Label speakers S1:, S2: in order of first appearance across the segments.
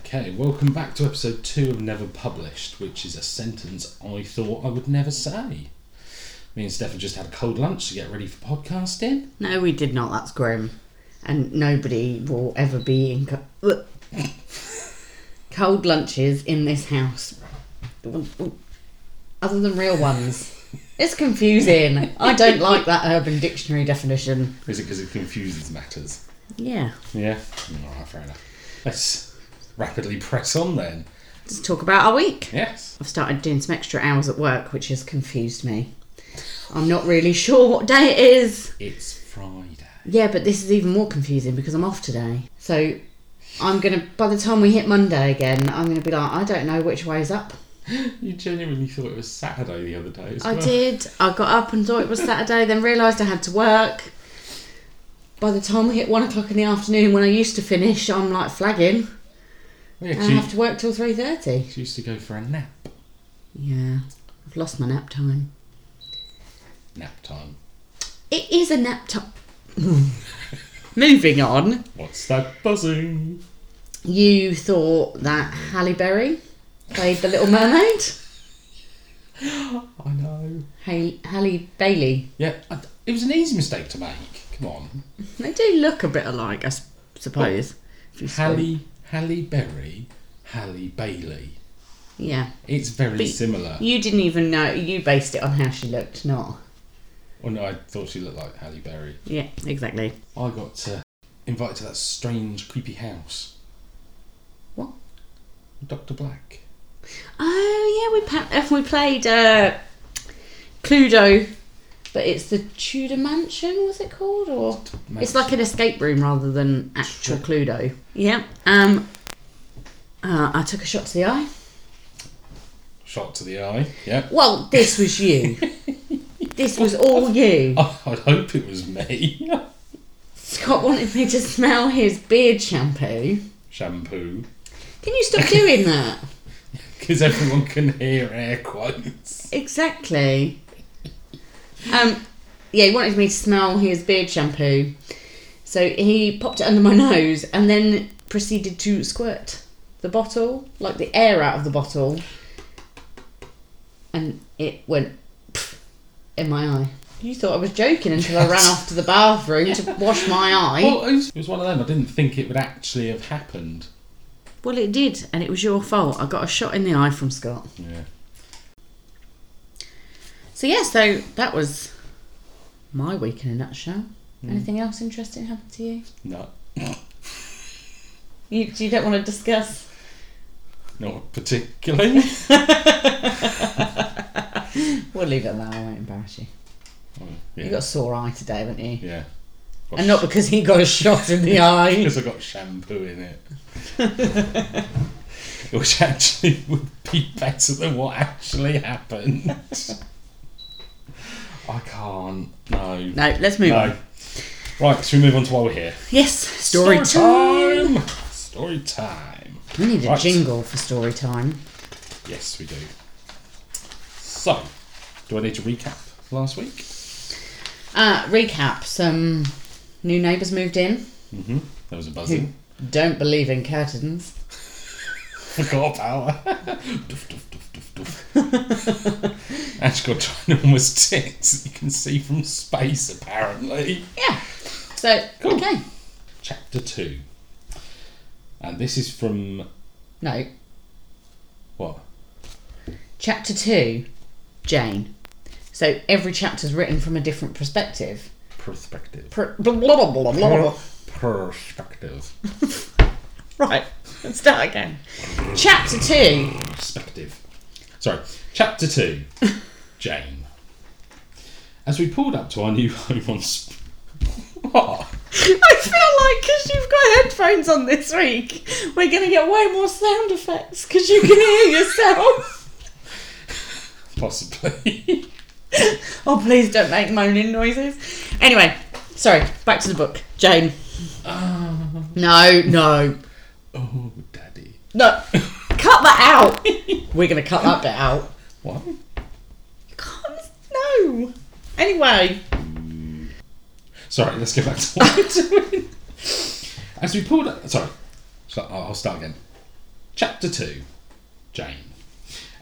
S1: Okay, welcome back to episode two of Never Published, which is a sentence I thought I would never say. Me and Steph have just had a cold lunch to get ready for podcasting.
S2: No, we did not. That's grim. And nobody will ever be in co- cold lunches in this house. Other than real ones. It's confusing. I don't like that Urban Dictionary definition.
S1: Is it because it confuses matters?
S2: Yeah.
S1: Yeah. Alright, fair enough. Let's rapidly press on then.
S2: Let's talk about our week.
S1: Yes.
S2: I've started doing some extra hours at work, which has confused me. I'm not really sure what day it is.
S1: It's Friday.
S2: Yeah, but this is even more confusing because I'm off today. So I'm gonna. By the time we hit Monday again, I'm gonna be like, I don't know which way's up.
S1: You genuinely thought it was Saturday the other day as
S2: I
S1: well.
S2: did. I got up and thought it was Saturday, then realised I had to work. By the time we hit one o'clock in the afternoon, when I used to finish, I'm like flagging.
S1: Yeah,
S2: And I
S1: she,
S2: have to work till three thirty.
S1: she used to go for a nap.
S2: Yeah, I've lost my nap time.
S1: Nap time.
S2: It is a nap time. Moving on.
S1: What's that buzzing?
S2: You thought that Halle Berry played the Little Mermaid?
S1: I know.
S2: Halle, Halle Bailey.
S1: Yeah, I, it was an easy mistake to make. Come on.
S2: They do look a bit alike, I s- suppose. if you squint.
S1: Halle, Halle Berry, Halle Bailey.
S2: Yeah.
S1: It's very
S2: But-
S1: similar.
S2: You didn't even know. You based it on how she looked, not.
S1: Oh no, I thought she looked like Halle Berry.
S2: Yeah, exactly.
S1: I got uh, invited to that strange, creepy house.
S2: What?
S1: Doctor Black.
S2: Oh, yeah, we, pa- we played uh, Cluedo, but it's the Tudor Mansion, was it called? Or It's like an escape room rather than actual Cluedo. Yeah. Um, uh, I took a shot to the eye.
S1: shot to the eye. Yeah.
S2: Well, this was you. this was all you.
S1: Oh, I'd hope it was me.
S2: Scott wanted me to smell his beard shampoo.
S1: Shampoo.
S2: Can you stop doing that?
S1: Because everyone can hear air quotes.
S2: Exactly. Um, yeah, he wanted me to smell his beard shampoo, so he popped it under my nose and then proceeded to squirt the bottle, like the air out of the bottle, and it went pff, in my eye. You thought I was joking until I ran off to the bathroom to wash my eye. Well,
S1: Well, it was, it was one of them. I didn't think it would actually have happened.
S2: it did, and it was your fault. I got a shot in the eye from Scott.
S1: Yeah.
S2: So yeah, so that was my week in a nutshell. Anything else interesting happened to you?
S1: No.
S2: You, you don't want to discuss.
S1: Not particularly.
S2: We'll leave it at that. I won't embarrass you.
S1: Oh,
S2: You
S1: yeah.
S2: got a sore eye today, haven't you?
S1: yeah. Got
S2: And not because he got a shot in the eye.
S1: because I got shampoo in it. Which actually would be better than what actually happened. I can't. No. No.
S2: No, let's move on.
S1: Right, so we move on to while we're here.
S2: Yes, story, time.
S1: time! Story time.
S2: We need a
S1: Right.
S2: jingle for story time.
S1: Yes, we do. So, do I need to recap last week?
S2: Uh, recap: Some new neighbours moved in.
S1: Mm-hmm. There was a buzzing.
S2: Don't believe in curtains.
S1: Forgot power. doof, doof, doof, doof, doof. Ash got ginormous tits that you can see from space, apparently.
S2: Yeah. So
S1: Cool.
S2: okay.
S1: Chapter 2. And this is from.
S2: No,
S1: What?
S2: chapter two, Jane. So every chapter's written from a different perspective.
S1: Perspective.
S2: Per- blah, blah, blah, blah, blah.
S1: Perspective.
S2: Right, let's start again. Chapter two.
S1: perspective. Sorry, chapter two, Jane. As we pulled up to our new home on. Sp- what?
S2: I feel like because you've got headphones on this week, we're going to get way more sound effects because you can hear yourself.
S1: Possibly.
S2: oh, please don't make moaning noises. Anyway, sorry, back to the book. Jane. Oh. No, no,
S1: oh, daddy.
S2: no. Cut that out. We're going to cut that bit out.
S1: What?
S2: God, no. Anyway,
S1: Sorry, let's go back to what we're doing. As we pulled up. Sorry, So, oh, I'll I'll start again. Chapter 2 Jane.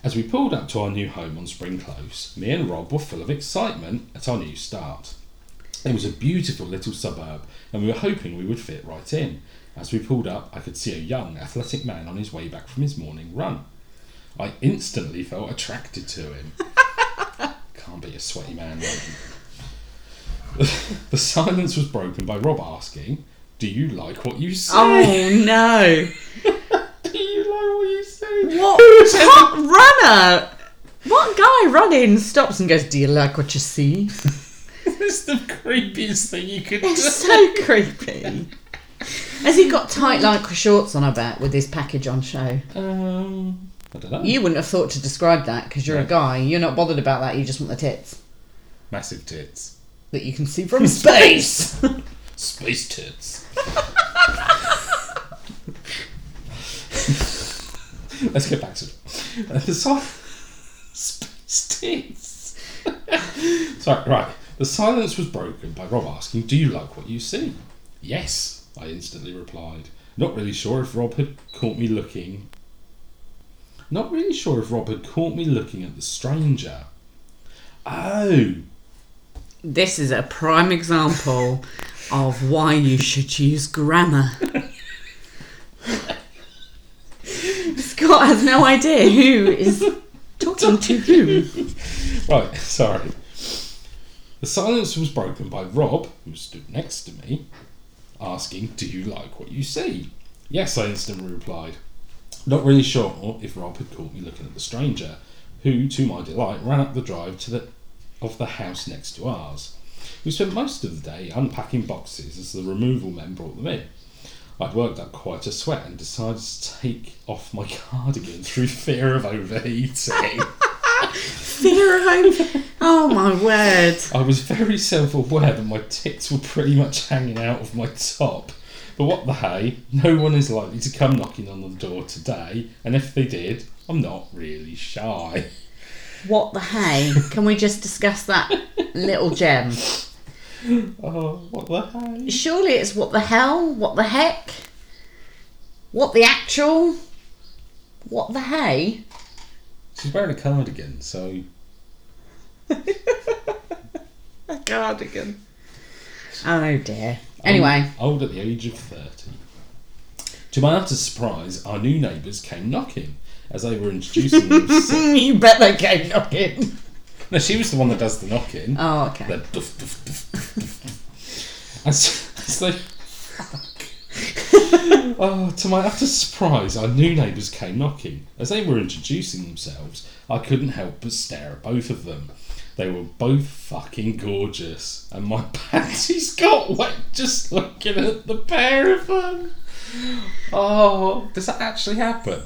S1: As we pulled up to our new home on Spring Close, me and Rob were full of excitement at our new start. It was a beautiful little suburb, and we were hoping we would fit right in. As we pulled up, I could see a young, athletic man on his way back from his morning run. I instantly felt attracted to him. Can't be a sweaty man. running. the silence was broken by Rob asking, "Do you like what you see?"
S2: Oh no!
S1: Do you like what you see?
S2: What
S1: Who's-
S2: hot runner? What guy running stops and goes, "Do you like what you see?"
S1: It's the creepiest thing you could do.
S2: It's so creepy. Has he got tight like shorts on? I bet with his package on show.
S1: Um, I don't know.
S2: You wouldn't have thought to describe that because you're a
S1: No.
S2: guy. You're not bothered about that. You just want the tits
S1: Massive tits.
S2: that you can see from space.
S1: Space tits. Let's get back to it. Uh, the si- Space tits. Sorry, right. The silence was broken by Rob asking, Do you like what you see? Yes, I instantly replied. Not really sure if Rob had caught me looking. Not really sure if Rob had caught me looking at the stranger. Oh,
S2: this is a prime example of why you should use grammar. Scott has no idea who is talking to whom.
S1: Right, sorry. The silence was broken by Rob, who stood next to me, asking, Do you like what you see? Yes, I instantly replied. Not really sure if Rob had caught me looking at the stranger, who, to my delight, ran up the drive to the of the house next to ours. We spent most of the day unpacking boxes as the removal men brought them in. I'd worked up quite a sweat and decided to take off my cardigan through fear of overheating.
S2: Fear of home. Oh my word.
S1: I was very self aware that my tits were pretty much hanging out of my top. But what the hey, no one is likely to come knocking on the door today, and if they did, I'm not really shy.
S2: What the hey? Can we just discuss that little gem?
S1: Oh, what the hey?
S2: Surely it's what the hell? What the heck? What the actual? What the hey?
S1: She's wearing a cardigan, so.
S2: A cardigan. Oh dear. Anyway,
S1: I'm old at the age of 30. To my utter surprise, our new neighbours came knocking as they were introducing themselves.
S2: you bet they came knocking.
S1: No, she was the one that does the knocking.
S2: Oh, okay.
S1: The doof, doof, doof, doof, doof. As, as they. Oh, to my utter surprise, our new neighbours came knocking. As they were introducing themselves, I couldn't help but stare at both of them. They were both fucking gorgeous, and my panties got wet just looking at the pair of them. Oh, does that actually happen?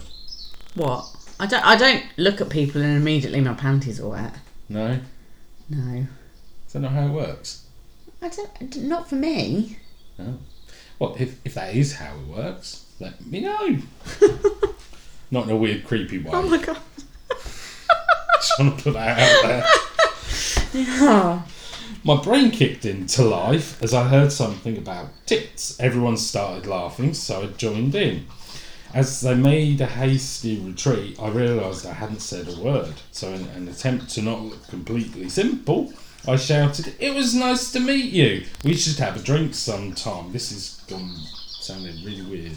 S2: what? I don't. I don't look at people and immediately my panties are wet.
S1: No?
S2: No.
S1: Is that not how it works?
S2: I don't. Not for me.
S1: Oh. Well, if, if that is how it works, let me know. Not in a weird, creepy way.
S2: Oh my god.
S1: Just want to put that out there.
S2: Oh.
S1: My brain kicked into life as I heard something about tits. Everyone started laughing, so I joined in. As they made a hasty retreat, I realised I hadn't said a word. So, in an attempt to not look completely simple, I shouted, It was nice to meet you. We should have a drink sometime. This is gone sounding really weird.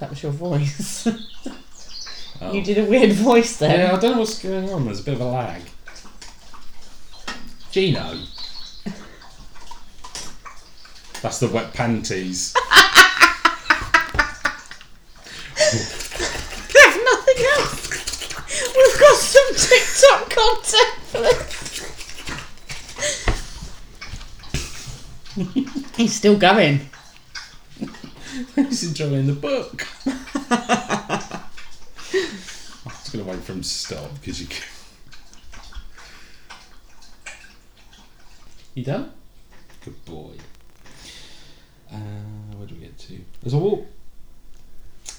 S2: That was your voice.
S1: Oh.
S2: You did a weird voice there.
S1: Yeah, I don't know what's going on. There's a bit of a lag. Gino. That's the wet panties.
S2: There's nothing else. We've got some TikTok content for this. He's still going.
S1: He's enjoying the book. I'm just going to wait for him to stop because you. c- You done? Good boy. Uh, where do we get to? As I walk,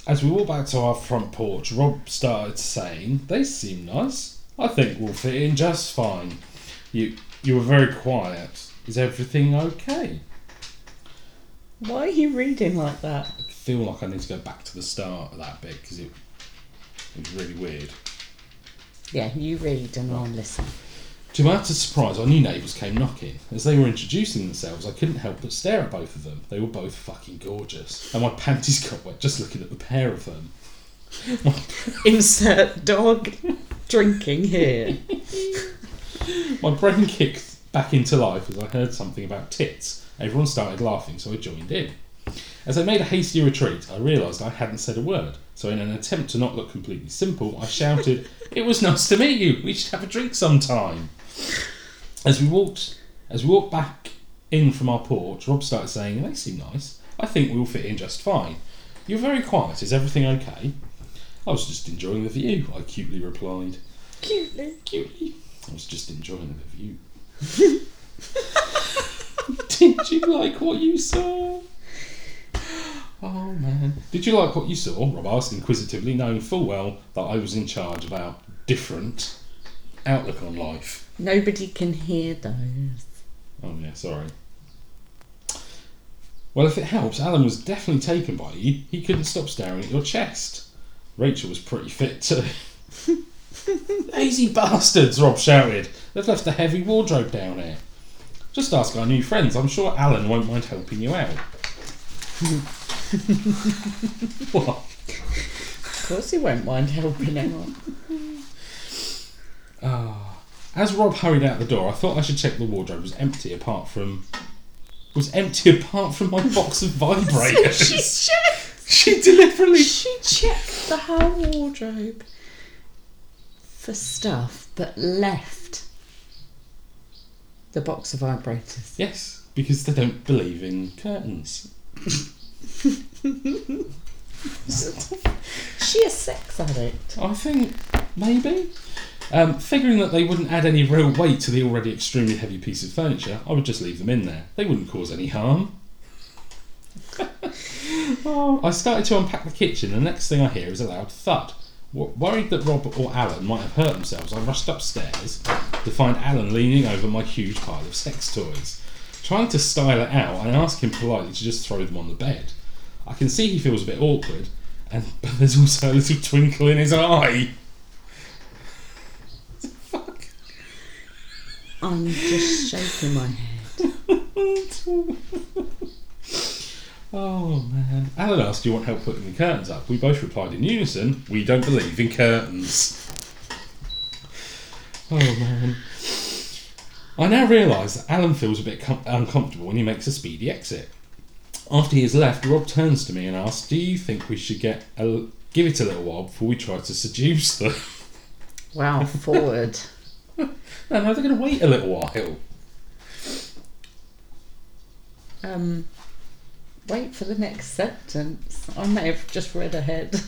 S1: as we walk back to our front porch, Rob started saying, "They seem nice. I think we'll fit in just fine." You, you were very quiet. Is everything okay?
S2: Why are you reading like that?
S1: Feel feel like I need to go back to the start of that bit because it, it was really weird.
S2: Yeah, you really don't want to listen.
S1: To my utter surprise, our new neighbours came knocking. As they were introducing themselves, I couldn't help but stare at both of them. They were both fucking gorgeous, and my panties got wet just looking at the pair of them.
S2: Insert dog drinking here.
S1: My brain kicked back into life as I heard something about tits. Everyone started laughing, so I joined in. As I made a hasty retreat, I realised I hadn't said a word. So, in an attempt to not look completely simple, I shouted, "It was nice to meet you. We should have a drink sometime." As we walked, as we walked back in from our porch, Rob started saying, "They seem nice. I think we'll fit in just fine. You're very quiet. Is everything okay?" I was just enjoying the view. I cutely replied.
S2: Cutely.
S1: Cutely. I was just enjoying the view. Did you like what you saw? Oh man. Did you like what you saw? Rob asked inquisitively, knowing full well that I was in charge of our different outlook on life.
S2: Nobody can hear those.
S1: Oh yeah, sorry. Well, if it helps, Alan was definitely taken by you. He couldn't stop staring at your chest. Rachel was pretty fit too. Lazy bastards, Rob shouted. They've left a heavy wardrobe down here. Just ask our new friends. I'm sure Alan won't mind helping you out. what?
S2: Of course, he won't mind helping out.
S1: As Rob hurried out the door, I thought I should check the wardrobe was empty apart from was empty apart from my box of vibrators.
S2: She's checked.
S1: she deliberately
S2: She checked the whole wardrobe for stuff, but left the box of vibrators.
S1: Yes, because they don't believe in curtains.
S2: She a sex addict.
S1: I think maybe. Um, figuring that they wouldn't add any real weight to the already extremely heavy piece of furniture, I would just leave them in there. They wouldn't cause any harm. Oh, I started to unpack the kitchen, and the next thing I hear is a loud thud. W- Worried that Rob or Alan might have hurt themselves, I rushed upstairs to find Alan leaning over my huge pile of sex toys. Trying to style it out, I ask him politely to just throw them on the bed. I can see he feels a bit awkward, and but there's also a little twinkle in his eye. Fuck.
S2: I'm just shaking my head.
S1: Oh man. Alan asked, Do you want help putting the curtains up? We both replied in unison, We don't believe in curtains. Oh man. I now realise that Alan feels a bit com- uncomfortable when he makes a speedy exit. After he has left, Rob turns to me and asks, Do you think we should get a l- give it a little while before we try to seduce them?
S2: Wow, forward.
S1: no, no, they're going to wait a little while.
S2: Um, wait for the next sentence. I may have just read ahead.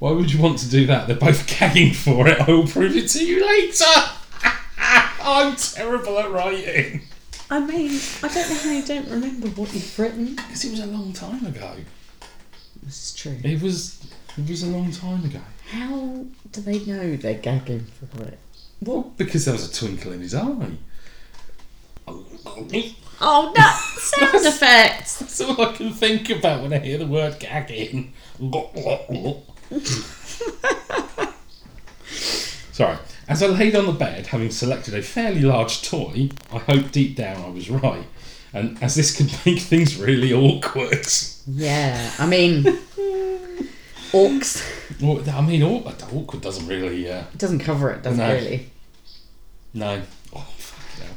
S1: Why would you want to do that? They're both gagging for it. I will prove it to you later. I'm terrible at writing.
S2: I mean, I don't know how you don't remember what you've written.
S1: Because it was a long time ago.
S2: This is true.
S1: It was. It was a long time ago.
S2: How do they know they're gagging for it?
S1: Well, because there was a twinkle in his eye.
S2: Oh no! Sound effects!
S1: That's all I can think about when I hear the word gagging. Sorry. As I laid on the bed, having selected a fairly large toy, I hope deep down I was right, and as this could make things really awkward.
S2: Yeah, I mean, orcs.
S1: Well, I mean, aw- awkward doesn't really. Uh,
S2: It doesn't cover it, does
S1: No.
S2: it really?
S1: No. Oh, fuck hell.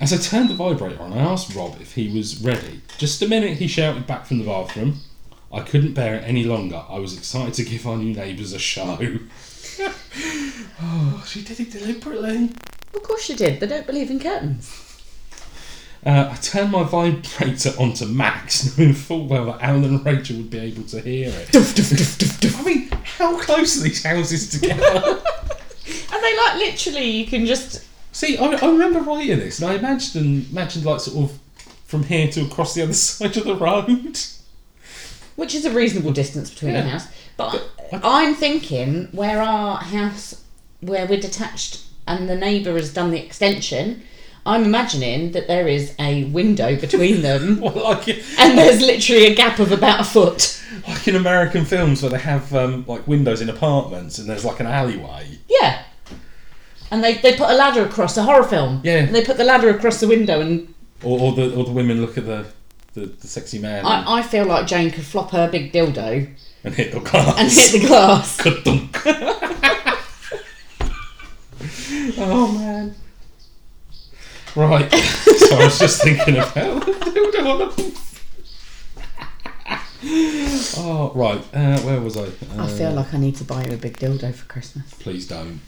S1: As I turned the vibrator on, I asked Rob if he was ready. Just a minute, he shouted back from the bathroom. I couldn't bear it any longer. I was excited to give our new neighbours a show. oh, she did it deliberately.
S2: Of course you did. They don't believe in curtains.
S1: Uh, I turned my vibrator onto max, knowing full well that Alan and Rachel would be able to hear it. I mean, how close are these houses together?
S2: And they like literally, you can just.
S1: See, I, I remember writing this, and I imagined imagined like sort of from here to across the other side of the road.
S2: Which is a reasonable distance between
S1: Yeah.
S2: the house. But I'm thinking where our house, where we're detached and the neighbour has done the extension, I'm imagining that there is a window between them,
S1: Well, like,
S2: and there's literally a gap of about a foot.
S1: like in American films where they have um, like windows in apartments and there's like an alleyway.
S2: Yeah. And they, they put a ladder across a horror film.
S1: Yeah.
S2: And they put the ladder across the window, and
S1: Or, or the or the women look at the the, the sexy man and,
S2: I, I feel like Jane could flop her big dildo
S1: and hit the glass.
S2: and hit the glass.
S1: Ka-dunk. oh man. Right. so I was just thinking about the dildo on the. oh right. Uh, where was I?
S2: I
S1: Uh,
S2: feel like I need to buy her a big dildo for Christmas.
S1: Please don't.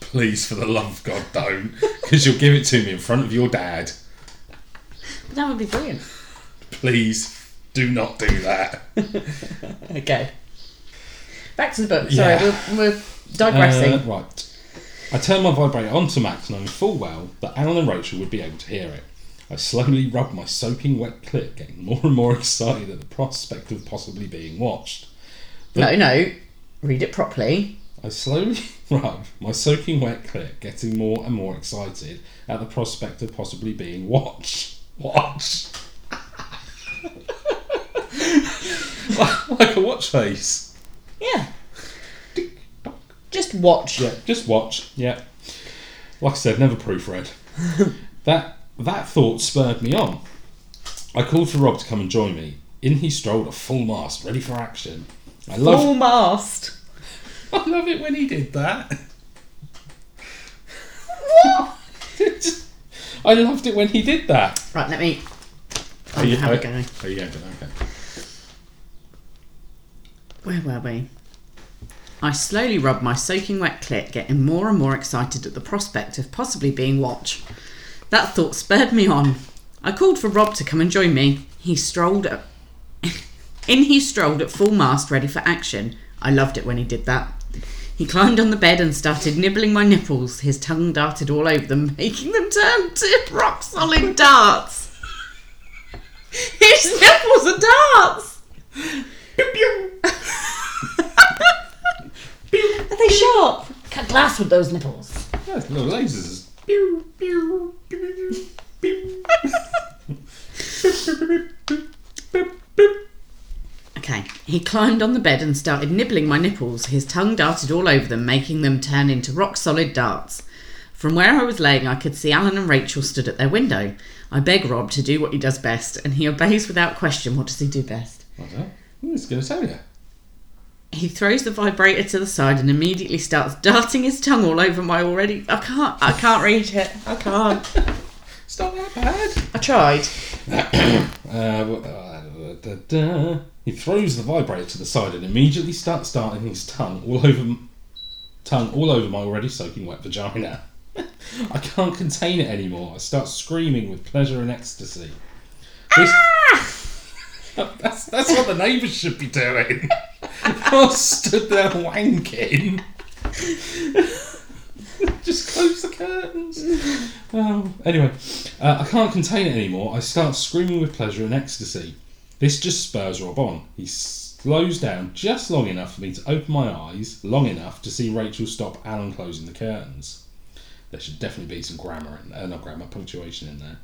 S1: Please, for the love of God, don't. Because you'll give it to me in front of your dad.
S2: But that would be brilliant.
S1: Please, do not do that.
S2: Okay. Back to the book. Sorry,
S1: Yeah.
S2: we're, we're digressing.
S1: Uh, right. I turned my vibrator onto Max, knowing full well that Alan and Rachel would be able to hear it. I slowly rubbed my soaking wet clit, getting more and more excited at the prospect of possibly being watched.
S2: no, no. Read it properly.
S1: I slowly rubbed my soaking wet clit, getting more and more excited at the prospect of possibly being watched. Watched. like a watch face.
S2: Yeah. Just watch.
S1: Yeah, just watch. Yeah. Like I said, never proofread. that that thought spurred me on. I called for Rob to come and join me. In he strolled a full mast, ready for action. I love
S2: Full mast.
S1: I love it when he did that. Oh. I loved it when he did that. Oh,
S2: Right, let me.
S1: Are
S2: I'm have a
S1: are,
S2: go.
S1: are you going to? Okay.
S2: Where were we? I slowly rubbed my soaking wet clit, getting more and more excited at the prospect of possibly being watched. That thought spurred me on. I called for Rob to come and join me. He strolled up. In he strolled at full mast, ready for action. I loved it when he did that. He climbed on the bed and started nibbling my nipples. His tongue darted all over them, making them turn to rock solid darts. His nipples are darts! Are they sharp? Cut glass with those nipples.
S1: Yeah, little lasers.
S2: Okay. He climbed on the bed and started nibbling my nipples. His tongue darted all over them, making them turn into rock solid darts. From where I was laying, I could see Alan and Rachel stood at their window. I beg Rob to do what he does best, and he obeys without question. What does he do best?
S1: What's that? Hmm, It's going to tell you.
S2: He throws the vibrator to the side and immediately starts darting his tongue all over my already. I can't. I can't read it. I can't.
S1: It's not that bad.
S2: I tried.
S1: Uh, w- uh, da, da, da. He throws the vibrator to the side and immediately starts darting his tongue all over m- tongue all over my already soaking wet vagina. I can't contain it anymore. I start screaming with pleasure and ecstasy. This- that's, that's what the neighbours should be doing. Not stood there wanking. Just close the curtains. Oh, anyway, uh, I can't contain it anymore. I start screaming with pleasure and ecstasy. This just spurs Rob on. He slows down just long enough for me to open my eyes, long enough to see Rachel stop Alan closing the curtains. There should definitely be some grammar in uh, not grammar, punctuation in there.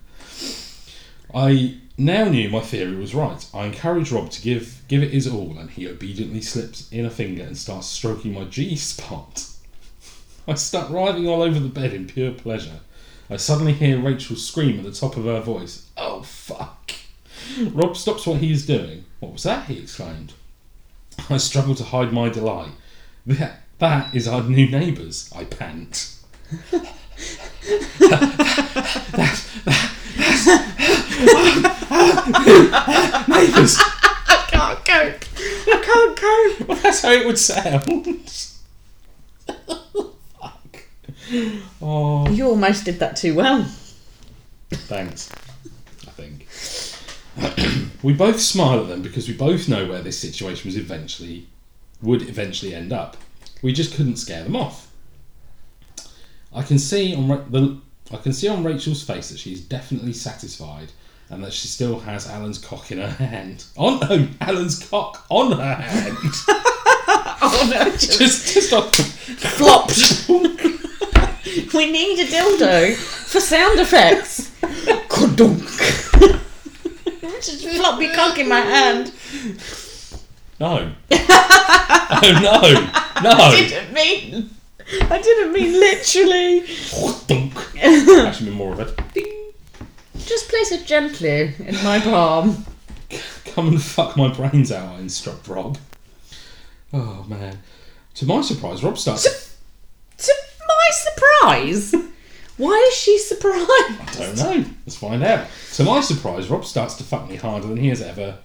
S1: I now knew my theory was right. I encourage Rob to give give it his all, and he obediently slips in a finger and starts stroking my G spot. I start writhing all over the bed in pure pleasure. I suddenly hear Rachel scream at the top of her voice, Oh fuck! Rob stops what he is doing. What was that? he exclaimed. I struggle to hide my delight. That, that is our new neighbours, I pant. that, that, that's, neighbours!
S2: I can't cope. I can't cope.
S1: Well, that's how it would sound. Fuck. Oh.
S2: You almost did that too well.
S1: Thanks. I think. we both smile at them because we both know where this situation was eventually would eventually end up. We just couldn't scare them off. I can see on Ra- the I can see on Rachel's face that she's definitely satisfied and that she still has Alan's cock in her hand. On no, Alan's cock on her hand.
S2: Oh no, just
S1: just just on
S2: flopped. We need a dildo for sound effects.
S1: Kodunk.
S2: Just floppy cock in my hand.
S1: No. oh no.
S2: I
S1: No.
S2: didn't mean. I didn't mean literally.
S1: Kodunk. Actually, more of it. Ding.
S2: Just place it gently in my palm.
S1: Come and fuck my brains out, I instruct Rob. Oh man. To my surprise, Rob starts.
S2: To my surprise, why is she surprised?
S1: I don't know. Let's find out. To my surprise, Rob starts to fuck me harder than he has ever,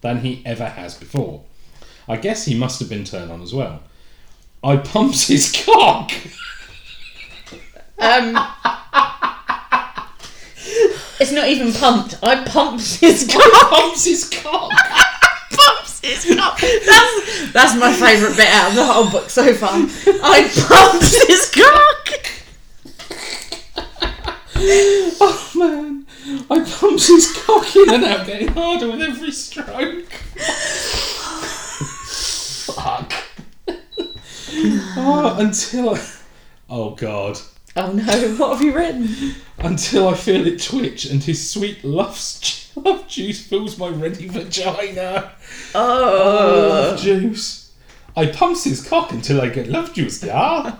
S1: than he ever has before. I guess he must have been turned on as well. I pumped his cock.
S2: Um, it's not even pumped. I pumped his cock.
S1: Pumps his cock.
S2: Pumps his cock. That's, that's my favourite bit out of the whole book so far. I pumped his cock.
S1: Oh man, I pumped his cock in and out, getting harder with every stroke. Fuck. oh, until I. Oh god.
S2: Oh no! What have you written?
S1: Until I feel it twitch and his sweet love's, love juice fills my ready vagina.
S2: Oh.
S1: Love juice. I pumped his cock until I get love juice, yeah?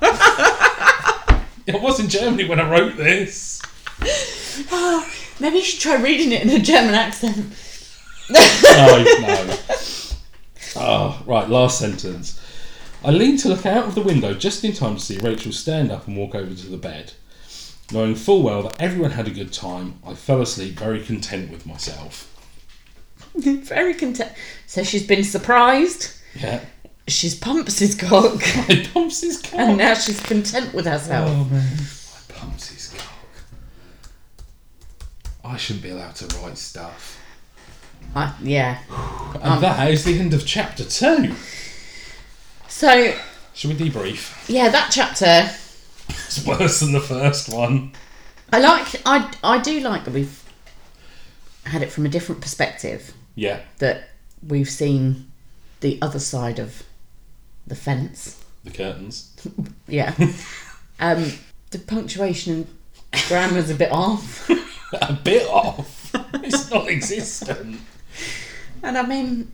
S1: I was in Germany when I wrote this.
S2: Oh, maybe you should try reading it in a German accent.
S1: no, no. Oh, right, last sentence. I leaned to look out of the window just in time to see Rachel stand up and walk over to the bed. Knowing full well that everyone had a good time, I fell asleep very content with myself.
S2: Very content. So she's been surprised.
S1: Yeah.
S2: She's pumps his cock,
S1: I pumps his cock.
S2: and now she's content with herself.
S1: oh, man. I pumps his cock. I shouldn't be allowed to write stuff.
S2: I- yeah.
S1: And that is the end of chapter two.
S2: So
S1: Should we debrief?
S2: yeah, that chapter.
S1: It's worse than the first one.
S2: I like. I I do like that we've had it from a different perspective.
S1: Yeah.
S2: That we've seen the other side of the fence.
S1: The curtains.
S2: Yeah. um, the punctuation and grammar's a bit off,
S1: a bit off. It's non existent.
S2: and I mean,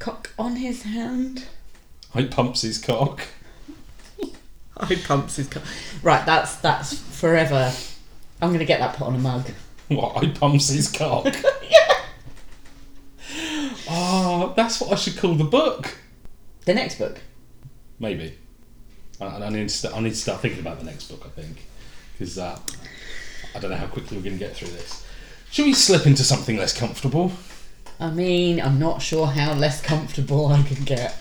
S2: cock on his hand.
S1: I pumps his cock.
S2: I pumps his cock. Right. That's that's forever. I'm gonna get that put on a mug.
S1: What? I pumps his cock. Ah, that's what I should call the book.
S2: The next book.
S1: Maybe. I, I, need, to st- I need to start thinking about the next book, I think. Because uh, I don't know how quickly we're going to get through this. Should we slip into something less comfortable?
S2: I mean, I'm not sure how less comfortable I can get.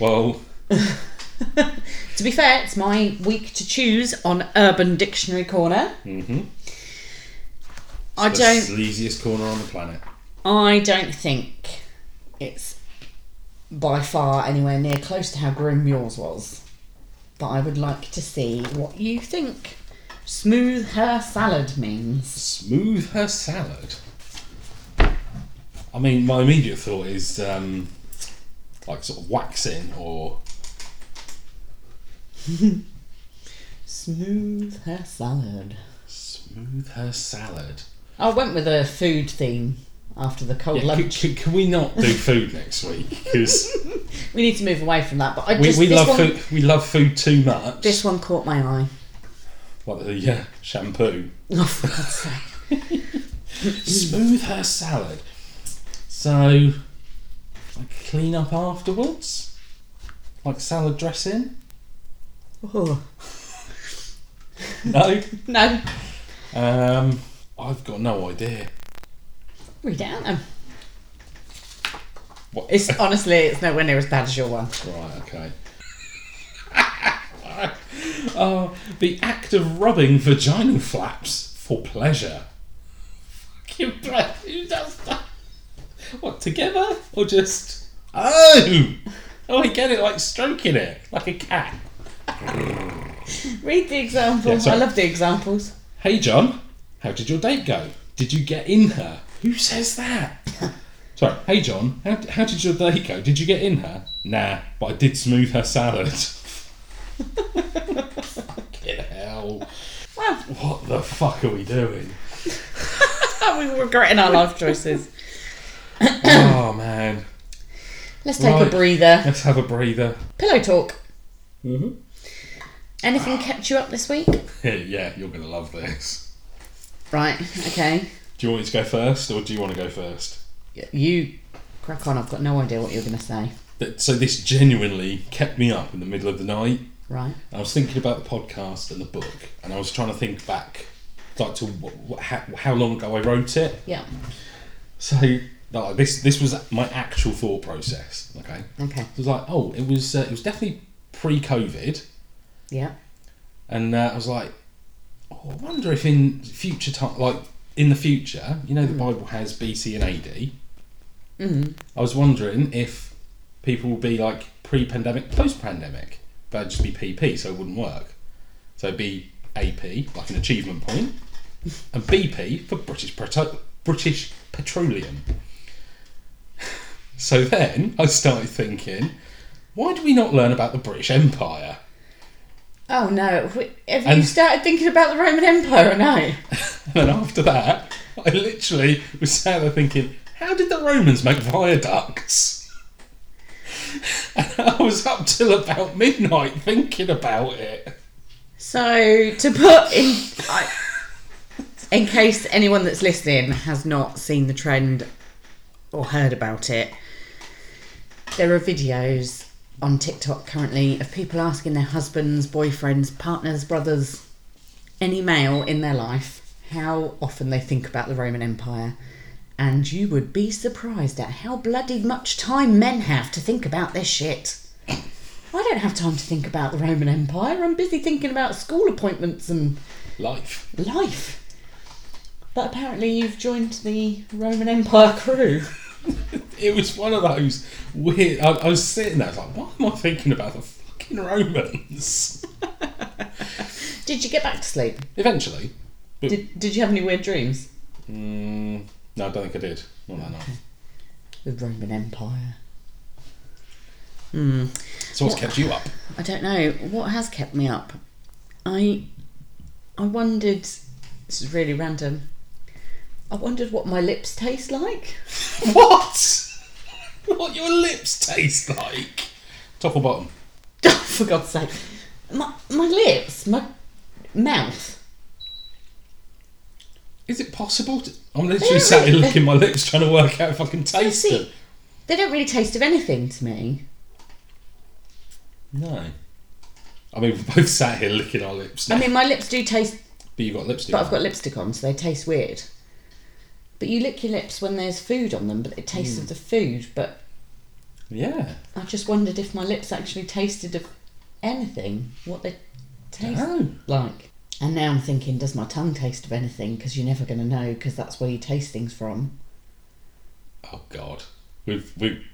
S1: Well,
S2: To be fair, it's my week to choose on Urban Dictionary Corner. Mm-hmm. I
S1: the
S2: don't.
S1: sleaziest corner on the planet.
S2: I don't think it's by far anywhere near close to how grim yours was. But I would like to see what you think. Smooth her salad means.
S1: Smooth her salad. I mean, my immediate thought is um, like sort of waxing or
S2: Smooth her salad.
S1: smooth her salad.
S2: I went with a food theme after the cold
S1: Yeah, c-
S2: lunch.
S1: c- can we not do food next week? Because
S2: We need to move away from that. But I
S1: we,
S2: just
S1: we
S2: this
S1: love
S2: one,
S1: food. We love food too much.
S2: This one caught my eye.
S1: like the yeah, shampoo.
S2: Oh, for God's sake.
S1: Smooth her salad. So, like clean up afterwards, like salad dressing.
S2: Oh.
S1: No,
S2: No.
S1: um, I've got no idea.
S2: Read it out then.
S1: What
S2: It's honestly, it's nowhere near as bad as your one.
S1: Right, okay. oh, the act of rubbing vaginal flaps for pleasure. Fucking ple- who does that? What, together? Or just. Oh! Oh, I get it, like stroking it, like a cat.
S2: Read the example.
S1: Yeah, sorry.
S2: I love the examples.
S1: Hey, John, how did your date go? Did you get in her? Who says that? Sorry, hey, John, how, how did your date go? Did you get in her? Nah, but I did smooth her salad. Fucking hell. What the fuck are we doing?
S2: we were regretting our life choices.
S1: oh man,
S2: Let's take a
S1: Right.
S2: breather.
S1: let's have a breather.
S2: Pillow talk.
S1: Mhm.
S2: Anything kept you up this week?
S1: yeah, you're gonna love this.
S2: Right. Okay.
S1: Do you want me to go first, or do you want to go first?
S2: You crack on. I've got no idea what you're going to say.
S1: That- So this genuinely kept me up in the middle of the night.
S2: Right.
S1: I was thinking about the podcast and the book, and I was trying to think back, like to wh- wh- how, how long ago I wrote it.
S2: Yeah.
S1: So like this, this was my actual thought process. Okay, it
S2: Okay.
S1: was like, oh, it was, uh, it was definitely pre-COVID,
S2: Yeah.
S1: and uh, I was like, oh, I wonder if in future time, like in the future, you know, the Bible has BC and AD. Mm-hmm. I was wondering if people will be like pre-pandemic, post-pandemic, but it'd just be PP, so it wouldn't work. So it'd be AP, like an achievement point, and BP for British Proto- British Petroleum. So then I started thinking, why do we not learn about the British Empire?
S2: Oh no! Wh- Have you
S1: And-
S2: started thinking about the Roman Empire or no?
S1: And then after that, I literally was sat there thinking, how did the Romans make viaducts? And I was up till about midnight thinking about it.
S2: So to put in, I, in case anyone that's listening has not seen the trend or heard about it, there are videos on TikTok currently of people asking their husbands, boyfriends, partners, brothers, any male in their life how often they think about the Roman Empire. And you would be surprised at how bloody much time men have to think about this shit. I don't have time to think about the Roman Empire. I'm busy thinking about school appointments and
S1: Life.
S2: life. But apparently, you've joined the Roman Empire crew.
S1: It was one of those weird. I, I was sitting there, I was like, why am I thinking about the fucking Romans?
S2: Did you get back to sleep?
S1: Eventually. But,
S2: Did, did you have any weird dreams?
S1: Mm, no, I don't think I did. Not that night.
S2: The Roman Empire.
S1: So what's kept you up?
S2: I don't know what has kept me up. I I wondered. This is really random. I wondered what my lips taste like.
S1: What? What your lips taste like? Top or bottom?
S2: Oh, for God's sake, my my lips, my mouth.
S1: Is it possible to? I'm literally sat here licking my lips trying to work out if I can
S2: You
S1: taste it.
S2: see, they don't really taste of anything to me.
S1: No. I mean, we've both sat here licking our lips now.
S2: I mean, my lips do taste,
S1: but you've got lipstick.
S2: but I've
S1: on.
S2: got lipstick on, so they taste weird. But you lick your lips when there's food on them, but it tastes of the food. But
S1: Yeah.
S2: I just wondered if my lips actually tasted of anything, what they taste
S1: Oh.
S2: like. And now I'm thinking, does my tongue taste of anything? Because you're never going to know, because that's where you taste things from.
S1: Oh God. We've we.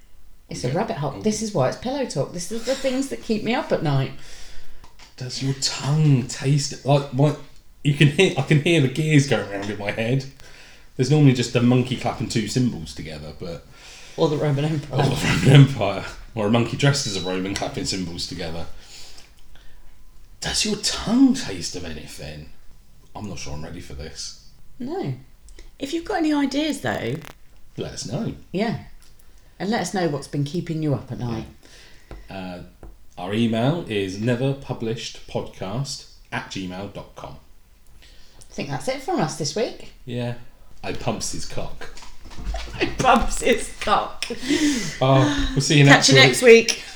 S2: It's a rabbit hole. This is why it's pillow talk. This is the things that keep me up at night.
S1: Does your tongue taste it? like my? You can hear. I can hear the gears going around in my head. There's normally just a monkey clapping two cymbals together, but
S2: Or the Roman Empire.
S1: or the Roman Empire, or a monkey dressed as a Roman clapping cymbals together. Does your tongue taste of anything? I'm not sure I'm ready for this.
S2: No. If you've got any ideas, though,
S1: Let us know.
S2: Yeah. And let us know what's been keeping you up at night.
S1: Uh, our email is neverpublishedpodcast at gmail.com.
S2: I think that's it from us this week.
S1: Yeah. I pumps his cock.
S2: Bumps his cock.
S1: Oh, we'll see you next
S2: Catch you
S1: week.
S2: next week.